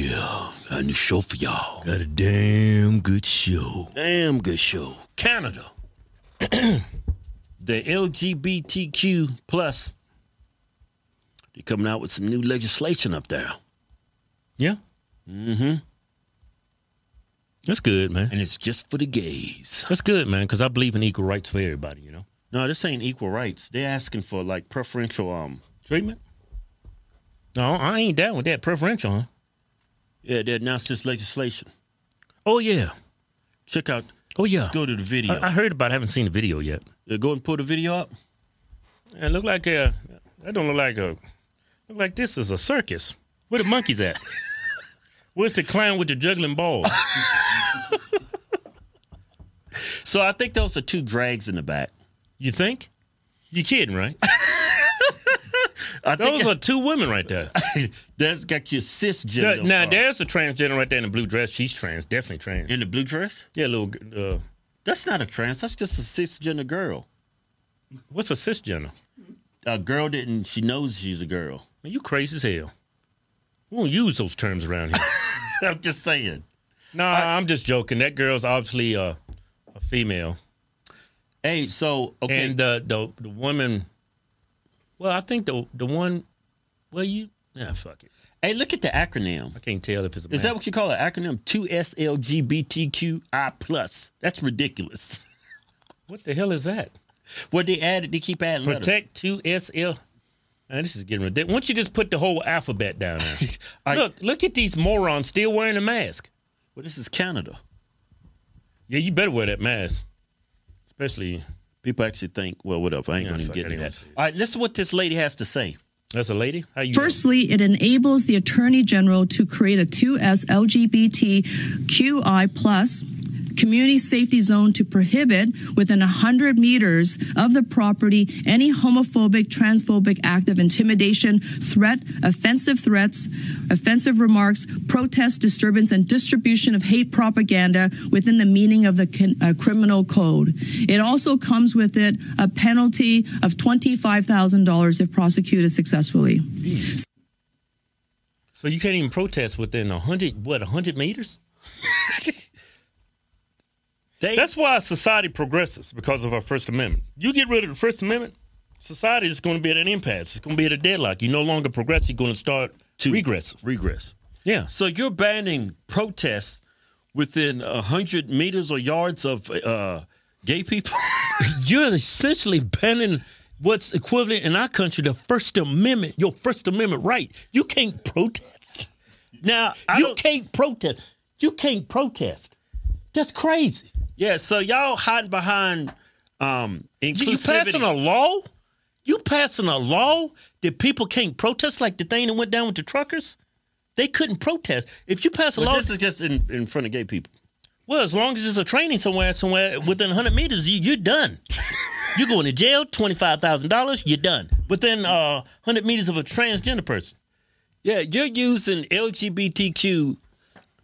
got a new show for y'all. Got a damn good show. Damn good show. Canada. the LGBTQ plus. They're coming out with some new legislation up there. Yeah. Mm-hmm. That's good, man. And it's just for the gays. That's good, man, because I believe in equal rights for everybody, you know? No, this ain't equal rights. They're asking for like preferential um Treatment? No, I ain't down with that. Preferential, huh? yeah, they announced this legislation. Oh, yeah. Check out Oh, yeah. go to the video. I, I heard about it. I haven't seen the video yet. Yeah, go and pull the video up. It look like a. That don't look like a. Look like this is a circus. Where the monkeys at? Where's the clown with the juggling ball? So I think those are two drags in the back. You think? You kidding, right? I Those think are two women right there. that's got your cisgender. There- now part. there's a transgender right there in the blue dress. She's trans, definitely trans. in the blue dress. Uh-huh. yeah, little. Uh, That's not a trans. That's just a cisgender girl. what's a cisgender? A girl didn't. She knows she's a girl. Man, you crazy as hell. We don't use those terms around here. I'm just saying. nah, I, am just joking. That girl's obviously uh, a female, Hey, so okay, and uh, the the woman. Well, I think the the one. Well, you. Nah, fuck it. hey, look at the acronym. I can't tell if it's a Is man. that what you call an acronym? Two S L G B T Q I plus. That's ridiculous. what the hell is that? What they added, they keep adding letters. Protect two S L. Man, this is getting ridiculous. Once you just put the whole alphabet down there. I- look, look at these morons still wearing a mask. Well, this is Canada. Yeah, you better wear that mask, especially People actually think, well, whatever. I ain't Yeah, gonna even fuck get it, I into ain't that. gonna say it. All right, listen to what this lady has to say. as a lady. How you? Firstly, it enables the Attorney General to create a 2S LGBTQI plus community safety zone to prohibit within 100 meters of the property any homophobic, transphobic act of intimidation, threat, offensive threats, offensive remarks, protest, disturbance, and distribution of hate propaganda within the meaning of the con- uh, criminal code. It also comes with it a penalty of $25,000 if prosecuted successfully. So you can't even protest within a hundred what a hundred meters. They, That's why society progresses because of our First Amendment. You get rid of the First Amendment, society is going to be at an impasse. It's going to be at a deadlock. You no longer progress. You're going to start to regress. regress. Yeah. So you're banning protests within a hundred meters or yards of uh, gay people. You're essentially banning what's equivalent in our country to First Amendment, your First Amendment right. You can't protest. now I you don't- can't protest. You can't protest. That's crazy. yeah. So y'all hiding behind um, You, you inclusivity. passing a law? You passing a law that people can't protest like the thing that went down with the truckers? They couldn't protest. If you pass a But law, this is just in, in front of gay people. well, as long as there's a training somewhere, somewhere within 100 meters, you, you're done. you're going to jail, $25,000, you're done. Within uh, 100 meters of a transgender person. Yeah, you're using LGBTQ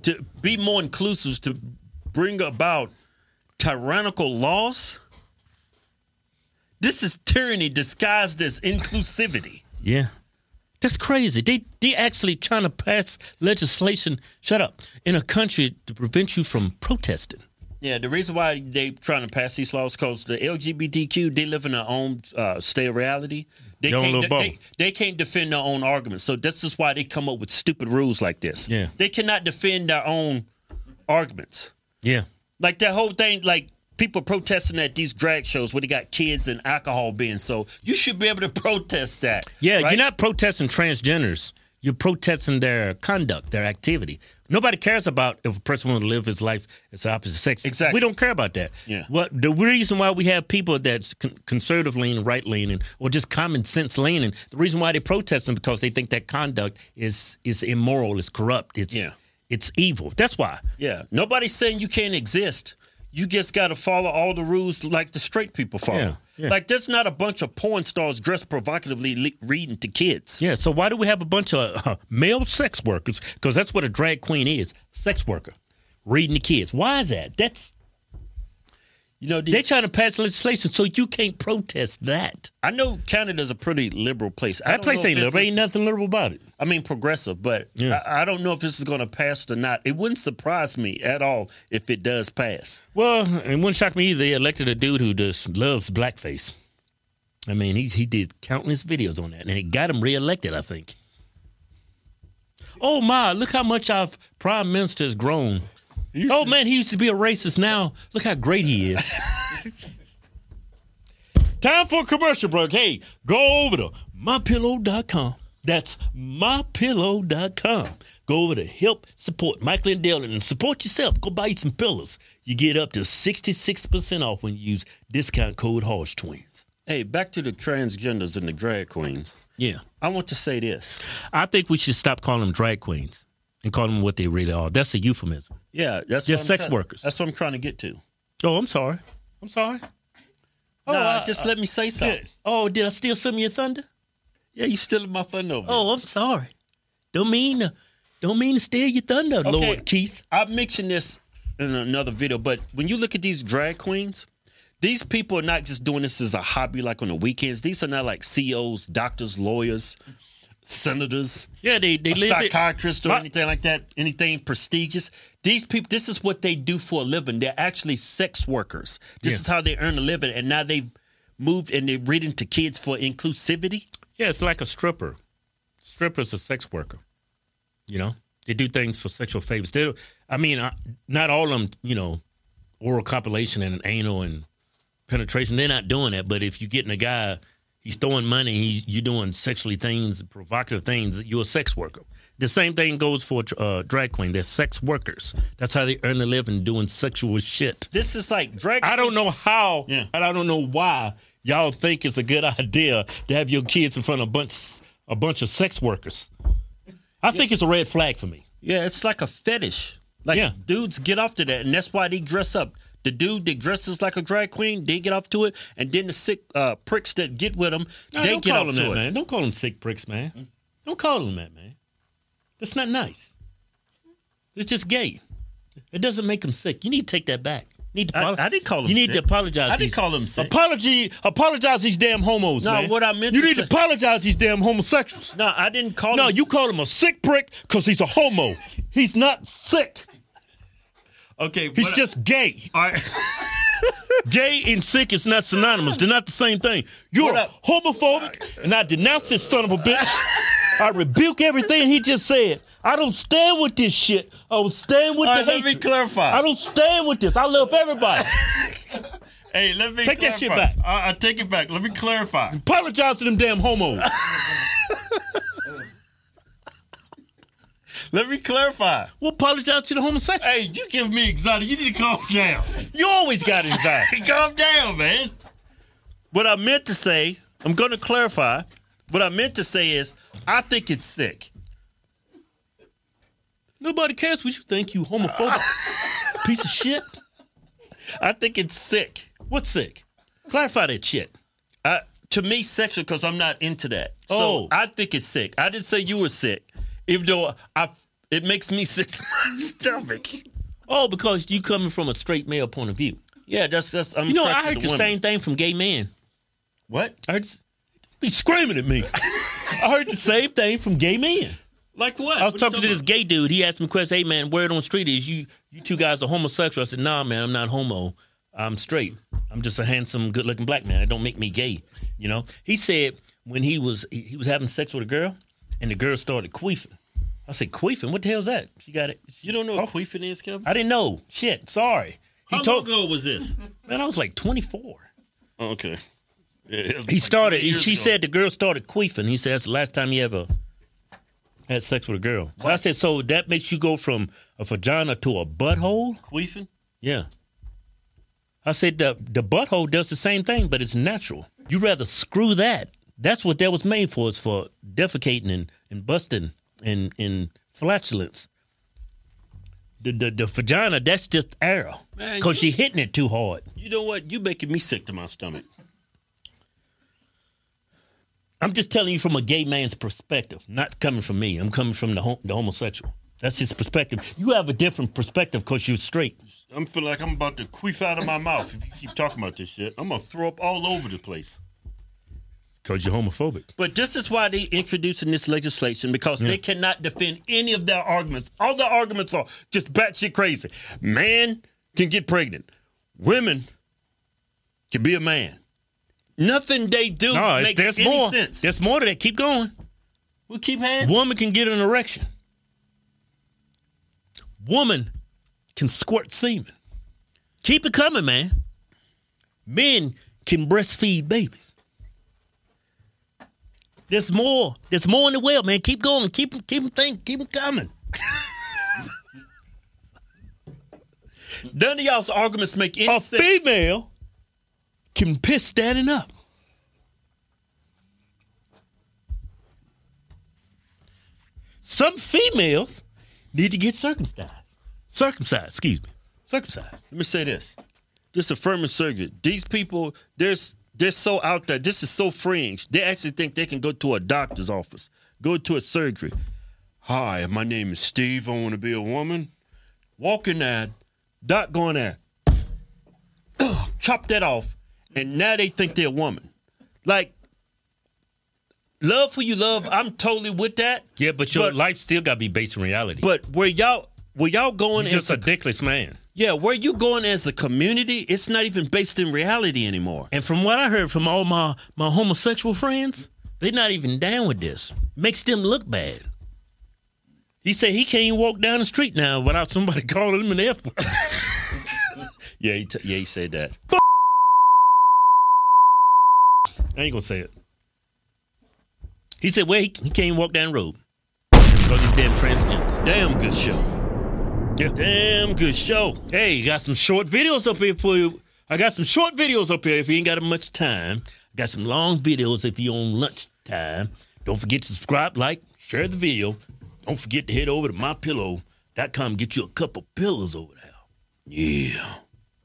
to be more inclusive to bring about tyrannical laws. This is tyranny disguised as inclusivity. Yeah. That's crazy. They they actually trying to pass legislation, shut up, in a country to prevent you from protesting. Yeah, the reason why they trying to pass these laws because the LGBTQ they live in their own uh, state of reality. They Their own can't, little they, bubble. they can't defend their own arguments, so this is why they come up with stupid rules like this. Yeah. they cannot defend their own arguments. Yeah. Like that whole thing, like people protesting at these drag shows where they got kids and alcohol being sold. You should be able to protest that. Yeah, right? you're not protesting transgenders. You're protesting their conduct, their activity. Nobody cares about if a person wants to live his life as the opposite sex. Exactly. We don't care about that. Yeah. What the reason why we have people that's con- conservative leaning, right leaning, or just common sense leaning, the reason why they protest them because they think that conduct is is immoral, is corrupt, it's Yeah. it's evil. That's why. yeah. Nobody's saying you can't exist. You just got to follow all the rules like the straight people follow. Yeah, yeah. Like there's not a bunch of porn stars dressed provocatively le- reading to kids. Yeah, so why do we have a bunch of uh, male sex workers? Because that's what a drag queen is, sex worker, reading the kids. Why is that? That's You know, these, They're trying to pass legislation, so you can't protest that. I know Canada's a pretty liberal place. I That don't place know if ain't this liberal. is- Ain't nothing liberal about it. I mean, progressive, but Yeah. I, I don't know if this is going to pass or not. It wouldn't surprise me at all if it does pass. Well, it wouldn't shock me either. They elected a dude who just loves blackface. I mean, he he did countless videos on that, and it got him reelected. I think. Oh my! Look how much our prime minister has grown. Oh man, he used to be a racist. Now look how great he is. Time for a commercial break. Hey, go over to mypillow.com. That's mypillow.com. Go over to help support Mike Lindell and support yourself. Go buy you some pillows. You get up to 66% off when you use discount code Hodge Twins. Hey, back to the transgenders and the drag queens. Yeah. I want to say this. I think we should stop calling them drag queens and call them what they really are. That's a euphemism. Yeah, that's Just what I'm sex trying- workers. That's what I'm trying to get to. Oh, I'm sorry. I'm sorry. Oh, I- just let me say something. Oh, did I steal some of your thunder? Yeah, you stealing my thunder. Over Oh, I'm sorry. Don't mean to, don't mean to steal your thunder, Okay. Lord Keith. I mentioned this in another video, but when you look at these drag queens, these people are not just doing this as a hobby like on the weekends. These are not like CEOs, doctors, lawyers, senators, Yeah, they they a live it- psychiatrists, or My- anything like that, anything prestigious. These people, this is what they do for a living. They're actually sex workers. This Yeah. is how they earn a living, and now they've moved and they're reading to kids for inclusivity. Yeah, it's like a stripper. Stripper's a sex worker. You know, they do things for sexual favors. They, don't- I mean, I, not all of them. You know, oral copulation and anal and penetration. They're not doing that. But if you're getting a guy, he's throwing money. He's, you're doing sexually things, provocative things. You're a sex worker. The same thing goes for a uh, drag queen. They're sex workers. That's how they earn a living doing sexual shit. This is like drag. I don't know how Yeah. and I don't know why y'all think it's a good idea to have your kids in front of a bunch a bunch of sex workers. I think it's a red flag for me. Yeah, it's like a fetish. Like Yeah. dudes get off to that, and that's why they dress up. The dude that dresses like a drag queen, they get off to it, and then the sick uh, pricks that get with them, No, they don't get call off them to that, it. man. Don't call them sick pricks, man. Mm. Don't call them that, man. That's not nice. It's just gay. It doesn't make them sick. You need to take that back. You need to I- apolo- I didn't call 'em You need to sick. apologize. I didn't these- call 'em sick. Apology, apologize these damn homos, No, man. what I meant You to need to say- apologize these damn homosexuals. No, I didn't call. No, them you sick. called him a sick prick because he's a homo. He's not sick. okay. He's what I- just gay. all right. Gay and sick is not synonymous. They're not the same thing. You're What a up? homophobic, and I denounce this son of a bitch. I rebuke everything he just said. I don't stand with this shit. I don't stand with All the right, let me hatred. clarify. I don't stand with this. I love everybody. Hey, let me Take that shit clarify. back. I, I take it back. Let me clarify. Apologize to them damn homos. Let me clarify. Well, apologize to the homosexual. Hey, you give me anxiety. You need to calm down. You always got it, guy. calm down, man. What I meant to say, I'm going to clarify. What I meant to say is, I think it's sick. Nobody cares what you think, you homophobic piece of shit. I think it's sick. What's sick? Clarify that shit. I, to me, sexual because I'm not into that. Oh. So I think it's sick. I didn't say you were sick, even though I it makes me sick to my stomach. Oh, because you coming from a straight male point of view. Yeah, that's that's. I'm You know, I attracted heard to the women. same thing from gay men. What? I heard be screaming at me. I heard the same thing from gay men. Like what? I was talking to this gay dude. He asked me a question. Hey man, word on the street is you you two guys are homosexual. I said, Nah, man, I'm not homo. I'm straight. I'm just a handsome, good looking black man. It don't make me gay. You know. He said when he was he, he was having sex with a girl, and the girl started queefing. I said, queefing? What the hell's that? She got it. You don't know what queefing is, Kevin? I didn't know. Shit. Sorry. He How told long ago was this? man, I was like 24. Oh, okay. He started. years She ago. said the girl started queefing. He said that's the last time he ever had sex with a girl. So I said, so that makes you go from a vagina to a butthole? Queefing? Yeah. I said the the butthole does the same thing, but it's natural. You rather screw that. That's what that was made for. Is for defecating and, and busting and and flatulence. The, the the vagina that's just air Man, because you- she hitting it too hard. You know what? You making me sick to my stomach. I'm just telling you from a gay man's perspective, not coming from me. I'm coming from the hom- the homosexual. That's his perspective. You have a different perspective because you're straight. I'm feeling like I'm about to queef out of my mouth if you keep talking about this shit. I'm gonna throw up all over the place. Because you're homophobic. But this is why they introducing this legislation because they cannot defend any of their arguments. All their arguments are just batshit crazy. Man can get pregnant. Women can be a man. Nothing they do No, it's, makes there's any more. sense. There's more to that. Keep going. We keep having Woman can get an erection. Woman can squirt semen. Keep it coming, man. Men can breastfeed babies. There's more. There's more in the well, man. Keep going. Keep 'em- keep 'em think. Keep 'em coming. none of y'all's arguments make any A sense. female can piss standing up. Some females need to get circumcised. Circumcised, excuse me. Circumcised. Let me say this. This affirmative surgery. These people, there's they're so out there. This is so fringe. They actually think they can go to a doctor's office, go to a surgery. Hi, my name is Steve. I want to be a woman. Walk in there, doc going there, chop that off, and now they think they're a woman. Like, love for you, love. I'm totally with that. Yeah, but your But- life still gotta be based in reality. But where y'all, where y'all going? You're as just a a dickless man. yeah, where you going as a community, it's not even based in reality anymore. And from what I heard from all my, my homosexual friends, they're not even down with this. Makes them look bad. He said he can't even walk down the street now without somebody calling him an F word. Yeah, he t- yeah, he said that. I ain't gonna say it. He said, "Well, he, he can't even walk down the road because he's damn transgender." Damn good show. Yeah. Damn good show. Hey, you got some short videos up here for you. I got some short videos up here if you ain't got much time. I got some long videos if you on lunch time. Don't forget to subscribe, like, share the video. Don't forget to head over to mypillow.com. Get you a couple pillows over there. Yeah.